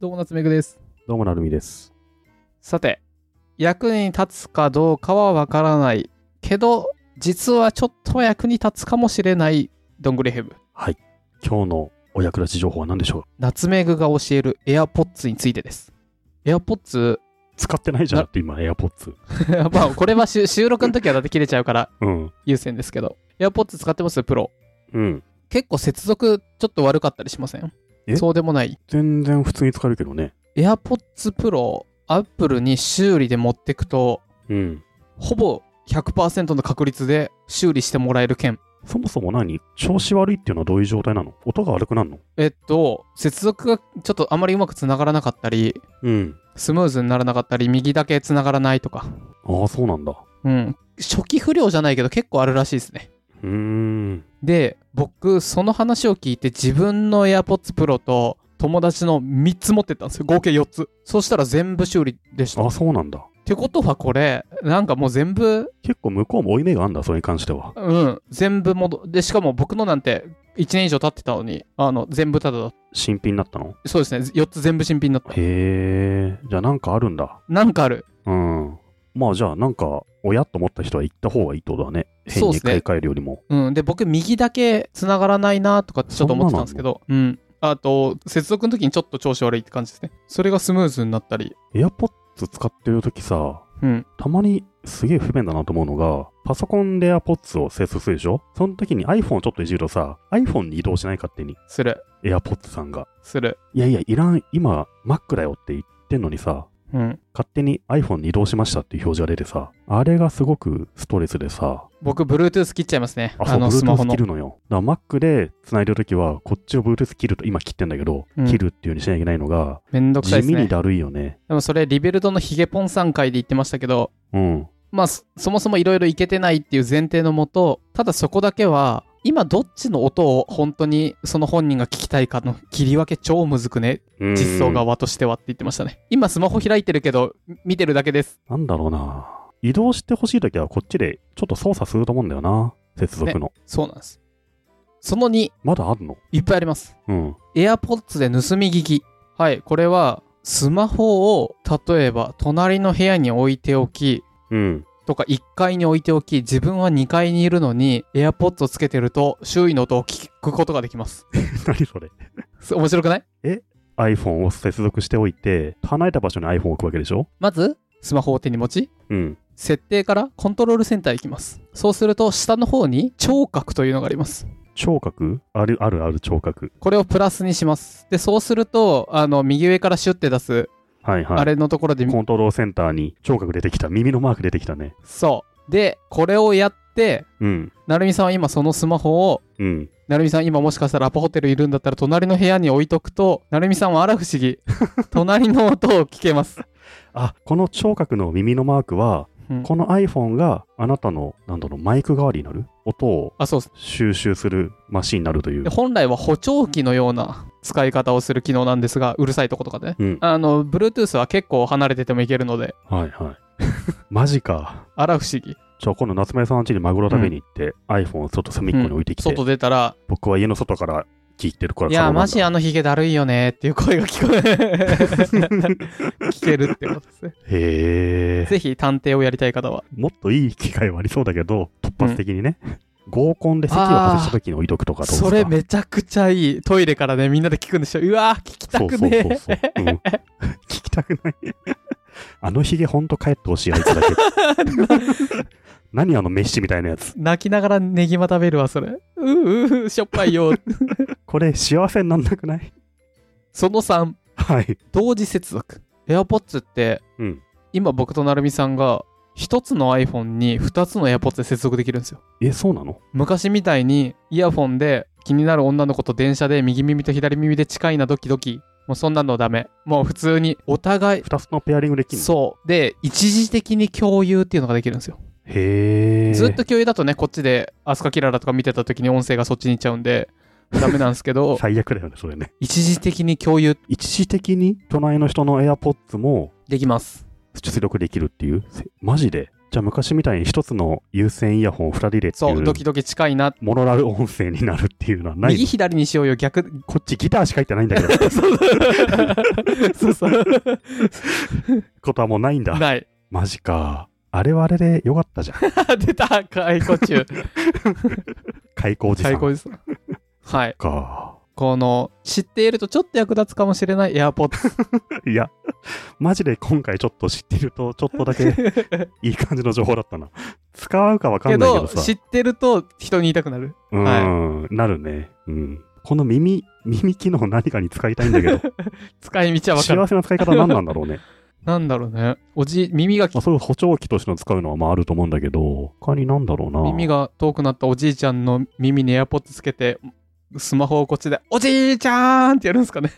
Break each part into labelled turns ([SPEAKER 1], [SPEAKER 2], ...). [SPEAKER 1] どうも、夏目くです。
[SPEAKER 2] どうもなるみです。
[SPEAKER 1] さて、役に立つかどうかはわからないけど、実はちょっと役に立つかもしれないどんぐりヘブ。
[SPEAKER 2] 今日のお役立ち情報は何でしょう
[SPEAKER 1] 夏目くが教える AirPods についてです。AirPods、
[SPEAKER 2] 使ってないじゃんって今、AirPods。
[SPEAKER 1] まあ、これは収収録の時はだって切れちゃうから
[SPEAKER 2] うん。
[SPEAKER 1] 優先ですけど、AirPods 使ってますプロ。
[SPEAKER 2] うん。
[SPEAKER 1] 結構接続ちょっと悪かったりしません
[SPEAKER 2] え
[SPEAKER 1] そうでもない
[SPEAKER 2] 全然普通に使えるけどね。
[SPEAKER 1] AirPods Pro、Apple に修理で持ってくと、
[SPEAKER 2] うん。
[SPEAKER 1] ほぼ100%の確率で修理してもらえる件。
[SPEAKER 2] そもそも何調子悪いっていうのはどういう状態なの音が悪くなるの
[SPEAKER 1] えっと、接続がちょっとあまりうまくつながらなかったり、
[SPEAKER 2] うん。
[SPEAKER 1] スムーズにならなかったり、右だけつながらないとか。
[SPEAKER 2] ああ、そうなんだ。
[SPEAKER 1] うん。初期不良じゃないけど結構あるらしいですね。
[SPEAKER 2] うーん。
[SPEAKER 1] で、僕、その話を聞いて自分の AirPods Pro と友達の3つ持ってったんですよ。合計4つ。そしたら全部修理でした。
[SPEAKER 2] あ
[SPEAKER 1] っ
[SPEAKER 2] あ、そうなんだ。
[SPEAKER 1] てことはこれ、なんかもう全部
[SPEAKER 2] 結構向こうも負い目があるんだ、それに関しては。
[SPEAKER 1] うん、全部戻で、しかも僕のなんて1年以上経ってたのに、あの、全部ただだ。
[SPEAKER 2] 新品だったの
[SPEAKER 1] そうですね、4つ全部新品だった。
[SPEAKER 2] へえ。じゃあなんかあるんだ。
[SPEAKER 1] なんかある。
[SPEAKER 2] うん。まあじゃあなんか、親と思った人は行った方がいいってことだね。変
[SPEAKER 1] そうっ
[SPEAKER 2] に
[SPEAKER 1] すね
[SPEAKER 2] 買い替えるよりも。
[SPEAKER 1] うん、で、僕、右だけ繋がらないなとかちょっと思ってたんですけど、うん。あと、接続の時にちょっと調子悪いって感じですね。それがスムーズになったり、
[SPEAKER 2] AirPods 使ってるときさ、
[SPEAKER 1] うん。
[SPEAKER 2] たまにすげえ不便だなと思うのが、パソコンで AirPods を接続するでしょその時に iPhone をちょっといじるとさ、iPhone に移動しない勝手に、
[SPEAKER 1] する、
[SPEAKER 2] AirPods さんが。
[SPEAKER 1] する。
[SPEAKER 2] いやいや、いらん、今 Mac だよって言ってんのにさ、
[SPEAKER 1] うん。
[SPEAKER 2] 勝手に iPhone に移動しましたっていう表示が出てさ、あれがすごくストレスでさ、
[SPEAKER 1] 僕、Bluetooth 切っちゃいますね。
[SPEAKER 2] あ、そう、
[SPEAKER 1] の、スマホ
[SPEAKER 2] Bluetooth
[SPEAKER 1] の
[SPEAKER 2] 切。るのよ。だから Mac で繋いでるときは、こっちを Bluetooth 切ると、今切ってんだけど、
[SPEAKER 1] うん
[SPEAKER 2] 切るっていうようにしなきゃいけないのが、
[SPEAKER 1] めんどくさい
[SPEAKER 2] 地
[SPEAKER 1] です
[SPEAKER 2] 味に
[SPEAKER 1] ね。
[SPEAKER 2] だるいよね。
[SPEAKER 1] でもそれ、リベルドのヒゲポンさん会で言ってましたけど、
[SPEAKER 2] うん。
[SPEAKER 1] まあ、そそもそもいろいろいけてないっていう前提のもと、ただそこだけは、今どっちの音を本当にその本人が聞きたいかの切り分け超むずくね、
[SPEAKER 2] うん
[SPEAKER 1] 実装側としてはって言ってましたね。今スマホ開いてるけど、見てるだけです。
[SPEAKER 2] なんだろうな。移動してほしいときはこっちでちょっと操作すると思うんだよな。接続の。
[SPEAKER 1] そうなんです。その2、
[SPEAKER 2] まだあるの
[SPEAKER 1] いっぱいあります。
[SPEAKER 2] うん。
[SPEAKER 1] AirPods で盗み聞き。はい、これは、スマホを、例えば、隣の部屋に置いておき、
[SPEAKER 2] うん。
[SPEAKER 1] とか1階に置いておき自分は2階にいるのに AirPods をつけてると周囲の音を聞くことができます。
[SPEAKER 2] 何それ
[SPEAKER 1] そ面白くない
[SPEAKER 2] ?iPhone を接続しておいて、離れた場所に iPhone を置くわけでしょ
[SPEAKER 1] まずスマホを手に持ち
[SPEAKER 2] うん。
[SPEAKER 1] 設定からコントロールセンター行きます。そうすると下の方に聴覚というのがあります。
[SPEAKER 2] 聴覚あるあるある聴覚。
[SPEAKER 1] これをプラスにします。で、そうするとあの右上からシュッて出す
[SPEAKER 2] はいはい。
[SPEAKER 1] あれのところで、
[SPEAKER 2] コントロールセンターに聴覚出てきた。耳のマーク出てきたね。
[SPEAKER 1] そう。で、これをやって
[SPEAKER 2] うん。
[SPEAKER 1] なるみさんは今そのスマホを
[SPEAKER 2] うん。
[SPEAKER 1] なるみさん今もしかしたらアパホテルいるんだったら隣の部屋に置いとくとなるみさんはあら不思議隣の音を聞けます、
[SPEAKER 2] あ、この聴覚の耳のマークは、
[SPEAKER 1] うん
[SPEAKER 2] この iPhone があなたの、なんだろう、マイク代わりになる音を
[SPEAKER 1] あそうです
[SPEAKER 2] 収集するマシンになるという
[SPEAKER 1] で。本来は補聴器のような使い方をする機能なんですがうるさいとことかでね
[SPEAKER 2] うん。
[SPEAKER 1] あの Bluetooth は結構離れててもいけるので
[SPEAKER 2] はいはい。マジか。
[SPEAKER 1] あら不思議
[SPEAKER 2] じゃあ今度夏目さん家にマグロ食べに行って、iPhone をちょっと隅っこに置いてきて、
[SPEAKER 1] 外出たら
[SPEAKER 2] 僕は家の外から聞いてるか
[SPEAKER 1] 「
[SPEAKER 2] ら
[SPEAKER 1] いや
[SPEAKER 2] 可能な
[SPEAKER 1] マ
[SPEAKER 2] んだ
[SPEAKER 1] ジあのヒゲだるいよね」っていう声が聞こえ 聞けるってことですね
[SPEAKER 2] へえ
[SPEAKER 1] ぜひ探偵をやりたい方は
[SPEAKER 2] もっといい機会はありそうだけど突発的にね、合コンで席を外した時に置いとくとかどうですか
[SPEAKER 1] それめちゃくちゃいいトイレからねみんなで聞くんでしょうわー聞きたくね
[SPEAKER 2] そう
[SPEAKER 1] え
[SPEAKER 2] そうそうそう、うん 聞きたくない あのヒゲほんと帰ってほしいあいつ だけ何あのメッシみたいなやつ
[SPEAKER 1] 泣きながらネギマ食べるわそれうーうーしょっぱいよ
[SPEAKER 2] これ幸せになんなくない
[SPEAKER 1] その3
[SPEAKER 2] はい
[SPEAKER 1] 同時接続 AirPods って
[SPEAKER 2] うん
[SPEAKER 1] 今僕となるみさんが1つの iPhone に2つの AirPods で接続できるんですよ
[SPEAKER 2] えそうなの
[SPEAKER 1] 昔みたいにイヤフォンで気になる女の子と電車で右耳と左耳で近いなドキドキもうそんなのダメもう普通にお互い
[SPEAKER 2] 2つのペアリングできるの
[SPEAKER 1] そうで一時的に共有っていうのができるんですよ
[SPEAKER 2] へえ
[SPEAKER 1] ずっと共有だとねこっちでアスカキララとか見てた時に音声がそっちに行っちゃうんでダメなんですけ ど
[SPEAKER 2] 最悪だよねそれね
[SPEAKER 1] 一時的に共有
[SPEAKER 2] 一時的に隣の人の AirPods も
[SPEAKER 1] できます
[SPEAKER 2] 出力できるっていう、せマジでじゃあ昔みたいに一つの有線イヤホンを二人でってい
[SPEAKER 1] そう、ド
[SPEAKER 2] う
[SPEAKER 1] キドキ近いな。
[SPEAKER 2] モノラル音声になるっていうのはない
[SPEAKER 1] 右左にしようよ、逆。
[SPEAKER 2] こっちギターしか入ってないんだけど
[SPEAKER 1] そうそう。
[SPEAKER 2] ことはもうないん だ
[SPEAKER 1] ない。
[SPEAKER 2] マジかあれはあれでよかったじゃん
[SPEAKER 1] 出た、解雇中。
[SPEAKER 2] 開口時さ
[SPEAKER 1] 解雇
[SPEAKER 2] ん
[SPEAKER 1] です。はい。
[SPEAKER 2] か
[SPEAKER 1] この、知っているとちょっと役立つかもしれない AirPods。
[SPEAKER 2] いやマジで今回ちょっと知ってるとちょっと だけいい感じの情報だったな使うかわか
[SPEAKER 1] け
[SPEAKER 2] んないけ
[SPEAKER 1] ど、
[SPEAKER 2] どさ
[SPEAKER 1] 知ってると人に言いたくなる。
[SPEAKER 2] うーん、なるねうんこの耳耳機能何かに使いたい んだけど
[SPEAKER 1] 使い道は分かる。
[SPEAKER 2] 幸せな使い方は何なんだろう ね
[SPEAKER 1] なんだろうね。おじ、耳がき
[SPEAKER 2] まあ、そういう補聴器としての使うのはまああると思うんだけど、他になんだろうな。
[SPEAKER 1] 耳が遠くなったおじいちゃんの耳にエアポッドつけて、スマホをこっちで、おじいちゃーんってやるんです かね。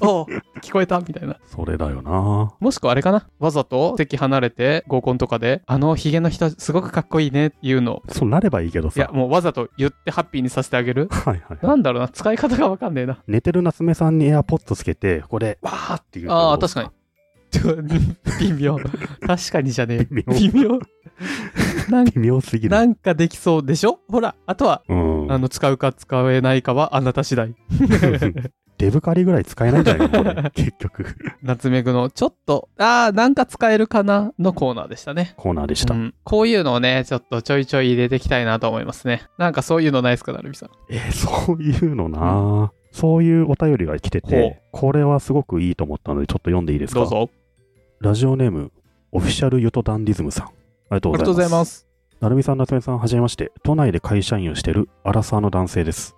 [SPEAKER 1] おう聞こえたみたいな。
[SPEAKER 2] それだよな。
[SPEAKER 1] もしくはあれかなわざと席離れて合コンとかで、あのヒゲの人すごくかっこいいねっていうのを。
[SPEAKER 2] そうなればいいけど
[SPEAKER 1] いや、
[SPEAKER 2] さ。。
[SPEAKER 1] もうわざと言ってハッピーにさせてあげる
[SPEAKER 2] はいはいはい。
[SPEAKER 1] なんだろうな、使い方がわかんねえな。
[SPEAKER 2] 寝てる夏目さんにエアポッドつけて、これ、わーっていう。
[SPEAKER 1] ああ、確かに。 ちょ微妙。確かにじゃねえ。
[SPEAKER 2] 微
[SPEAKER 1] 微妙。なん
[SPEAKER 2] 微妙すぎる
[SPEAKER 1] な。んかできそうでしょほら、あとは、
[SPEAKER 2] うん
[SPEAKER 1] あ。の、使うか使えないかはあなた次第。
[SPEAKER 2] デブカリぐらい使えないんじゃないのこれ結局。
[SPEAKER 1] 夏目ぐのちょっと、ああ、なんか使えるかなのコーナーでしたね。
[SPEAKER 2] コーナーでした。
[SPEAKER 1] うんこういうのをね、ちょっとちょいちょい入れていきたいなと思いますね。なんかそういうのないですか、なるみさん。
[SPEAKER 2] えー そういうのな。そういうお便りが来てて、これはすごくいいと思ったので、ちょっと読んでいいですか
[SPEAKER 1] どうぞ。
[SPEAKER 2] ラジオネーム、オフィシャルユトダンディズムさん。ありがと
[SPEAKER 1] あ
[SPEAKER 2] う
[SPEAKER 1] りが
[SPEAKER 2] ござ
[SPEAKER 1] とうござ
[SPEAKER 2] い
[SPEAKER 1] い
[SPEAKER 2] ます
[SPEAKER 1] ま。す。
[SPEAKER 2] なるみさん、夏目さん、はじめまして。都内で会社員をしているアラサーの男性です。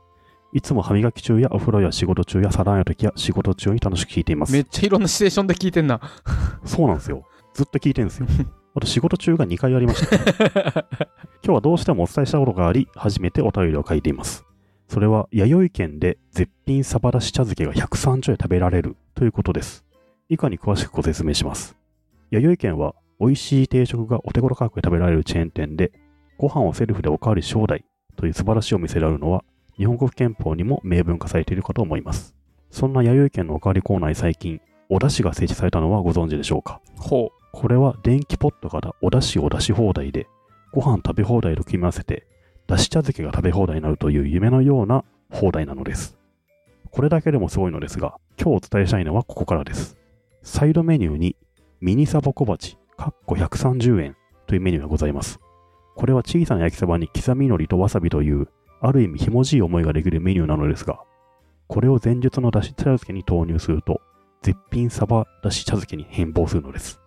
[SPEAKER 2] いつも歯磨き中やお風呂や仕事中やサランや時や仕事中に楽しく聞いていま
[SPEAKER 1] め
[SPEAKER 2] す
[SPEAKER 1] っ。ちゃいろんなシチュエーションで聞いてん な。
[SPEAKER 2] そうなんですよ。ずっと聞いてるんですよ。あと仕事中が2回ありました。今日はどうしてもお伝えしたことがあり、初めてお便りを書いています。それは、弥生県で絶品サバだし茶漬けが130円食べられるということです。以下に詳しくご説明します。弥生県は、美味しい定食がお手頃価格で食べられるチェーン店で、ご飯をセルフでおかわり招待という素晴らしいお店であるのは、日本国憲法にも明文化されているかと思います。そんな弥生県のおかわりコーナーに最近、お出汁が設置されたのはご存知でしょうか
[SPEAKER 1] ほう。
[SPEAKER 2] これは電気ポットからお出汁を出し放題で、ご飯食べ放題と組み合わせて、出汁茶漬けが食べ放題になるという夢のような放題なのです。これだけでもすごいのですが、今日お伝えしたいのはここからです。サイドメニューに、ミニサバ小鉢、かっこ130円というメニューがございます。これは小さな焼きそばに刻み海苔とわさびという、ある意味ひもじい思いができるメニューなのですが、これを前述の出汁茶漬けに投入すると、絶品サバ出汁茶漬けに変貌するのです。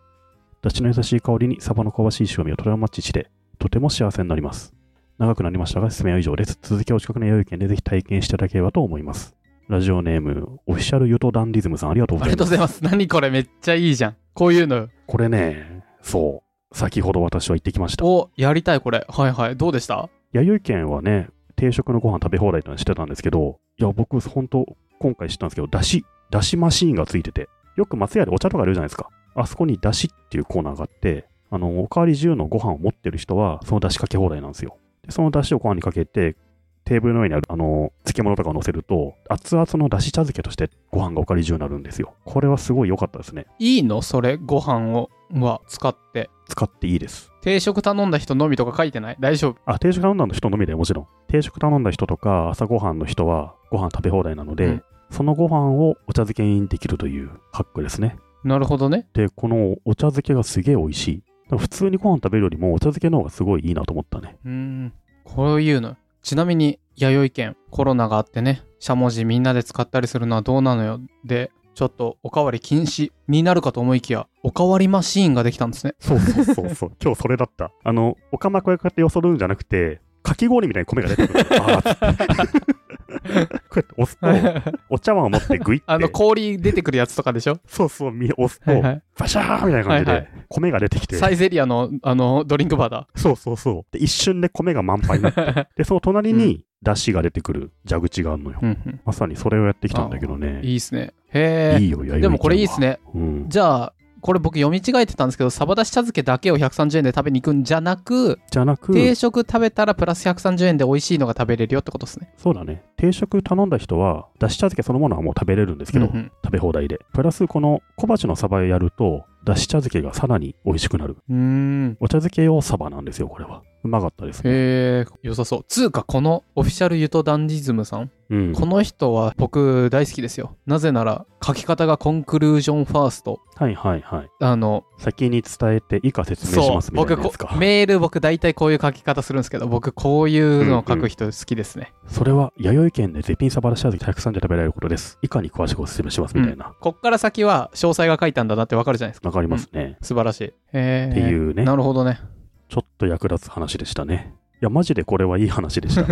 [SPEAKER 2] だしの優しい香りにサバの香ばしい塩味をトラウマッチして、とても幸せになります。長くなりましたが、説明は以上です。続きはお近くの養生県でぜひ体験していただければと思います。ラジオネーム、オフィシャルユトダンディズムさん、ありがとうご
[SPEAKER 1] あり
[SPEAKER 2] ざい
[SPEAKER 1] がと
[SPEAKER 2] ま
[SPEAKER 1] うご
[SPEAKER 2] す。
[SPEAKER 1] ざいます。何これめっちゃいいじゃん。こういうのよ。
[SPEAKER 2] これね、そう、先ほど私は行ってきました。
[SPEAKER 1] お、やりたいこれ。はいはい。どうでした
[SPEAKER 2] 弥生県はね、定食のご飯食べ放題ってのはしてたんですけど、いや、僕、本当今回知ったんですけど、だし、だしマシーンがついてて、よく松屋でお茶とかあるじゃないですか。あそこにだしっていうコーナーがあって、あの、おかわり自由のご飯を持ってる人は、そのだしかけ放題なんですよ。で、そのだしをご飯にかけて、テーブルの上にある、あの、漬物とかを乗せると、熱々のだし茶漬けとしてご飯がおかわり自由になるんですよ。これはすごい良かったですね。
[SPEAKER 1] いいのそれ、ご飯を、は、使って。
[SPEAKER 2] 使っていいです。
[SPEAKER 1] 定食頼んだ人のみとか書いてない大丈夫。
[SPEAKER 2] あ、定食頼んだ人のみでもちろん。定食頼んだ人とか朝ごはんの人はご飯食べ放題なので、
[SPEAKER 1] うん
[SPEAKER 2] そのご飯をお茶漬けにできるというハックですね。
[SPEAKER 1] なるほどね。
[SPEAKER 2] で、このお茶漬けがすげえ美味しい。だから普通にご飯食べるよりもお茶漬けの方がすごいいいなと思ったね。
[SPEAKER 1] うーん。こういうの。ちなみに、弥生県、コロナがあってね、しゃもじみんなで使ったりするのはどうなのよ。で、ちょっとおかわり禁止になるかと思いきや、おかわりマシーンができたん ですね。
[SPEAKER 2] そうそうそうそう。 今日それだった。あの、おかまこうやってよそるんじゃなくて、かき氷みたいに米が出てくる。 あーってこうやって押すと、お茶碗を持ってグイって。
[SPEAKER 1] あの、氷出てくるやつとかでしょ
[SPEAKER 2] そうそう、み押すと、
[SPEAKER 1] はいはい。
[SPEAKER 2] バシャーみたいな感じ
[SPEAKER 1] は
[SPEAKER 2] で
[SPEAKER 1] い、
[SPEAKER 2] 米が出てきて。
[SPEAKER 1] サイゼリアの、あの、ドリンクバーだ。
[SPEAKER 2] そうそうそう。で、一瞬で米が満杯になって。 で、その隣に、出汁が出てくる蛇口があるのよ。
[SPEAKER 1] うんうん。
[SPEAKER 2] まさにそれをやってきたんだけどね。
[SPEAKER 1] いいっすね。へ
[SPEAKER 2] い
[SPEAKER 1] え。
[SPEAKER 2] いよ、や
[SPEAKER 1] でもこれいいっす。ね。
[SPEAKER 2] うん。
[SPEAKER 1] じゃあ、これ僕読み違えてたんですけど、サバだし茶漬けだけを130円で食べに行くんじゃなく、
[SPEAKER 2] じゃなく、
[SPEAKER 1] 定食食べたらプラス130円で美味しいのが食べれるよってことですね。
[SPEAKER 2] そうだね。定食頼んだ人は、出汁茶漬けそのものはもう食べれるんですけど、
[SPEAKER 1] うんうん
[SPEAKER 2] 食べ放題で。プラス、この小鉢のサバをやると、だし茶漬けがさらに美味しくなる。
[SPEAKER 1] うーん。
[SPEAKER 2] お茶漬け用サバなんですよ、これは。うまかったですね。
[SPEAKER 1] へえ、良さそう。つうか、このオフィシャルゆとダンディズムさん、
[SPEAKER 2] うん。
[SPEAKER 1] この人は僕大好きですよ。なぜなら、書き方がコンクルージョンファースト。
[SPEAKER 2] はいはいはい。
[SPEAKER 1] あの、
[SPEAKER 2] 先に伝えて以下説明し
[SPEAKER 1] そ
[SPEAKER 2] ま
[SPEAKER 1] う
[SPEAKER 2] す、みたい
[SPEAKER 1] 僕
[SPEAKER 2] なやつか
[SPEAKER 1] こ、。メール僕大体こういう書き方するんですけど、僕こういうのを書く人好きですね。
[SPEAKER 2] それは、弥生県で絶品サバラシャ漬け130食べられることです。以下に詳しくお勧めします、みたいな。
[SPEAKER 1] こっから先は詳細が書いたんだなってわかるじゃないですか。
[SPEAKER 2] わかりますね。
[SPEAKER 1] 素晴らしい。へえ。
[SPEAKER 2] っていうね、
[SPEAKER 1] なるほどね。
[SPEAKER 2] ちょっと役立つ話でしたね。いや、マジでこれはいい話で した。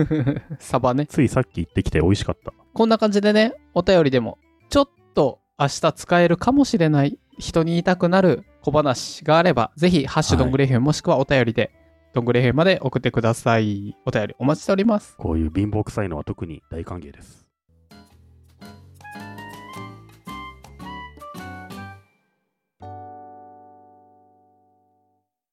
[SPEAKER 1] サバね。
[SPEAKER 2] ついさっき行ってきて美味しかった。
[SPEAKER 1] こんな感じでね、お便りでも、ちょっと明日使えるかもしれない、人に言いたくなる小話があれば、ぜひ、ハッシュ
[SPEAKER 2] はい
[SPEAKER 1] ドングレフェもしくはお便りで、ドングレフェまで送ってください。お便りお待ちしております。
[SPEAKER 2] こういう貧乏臭いのは特に大歓迎です。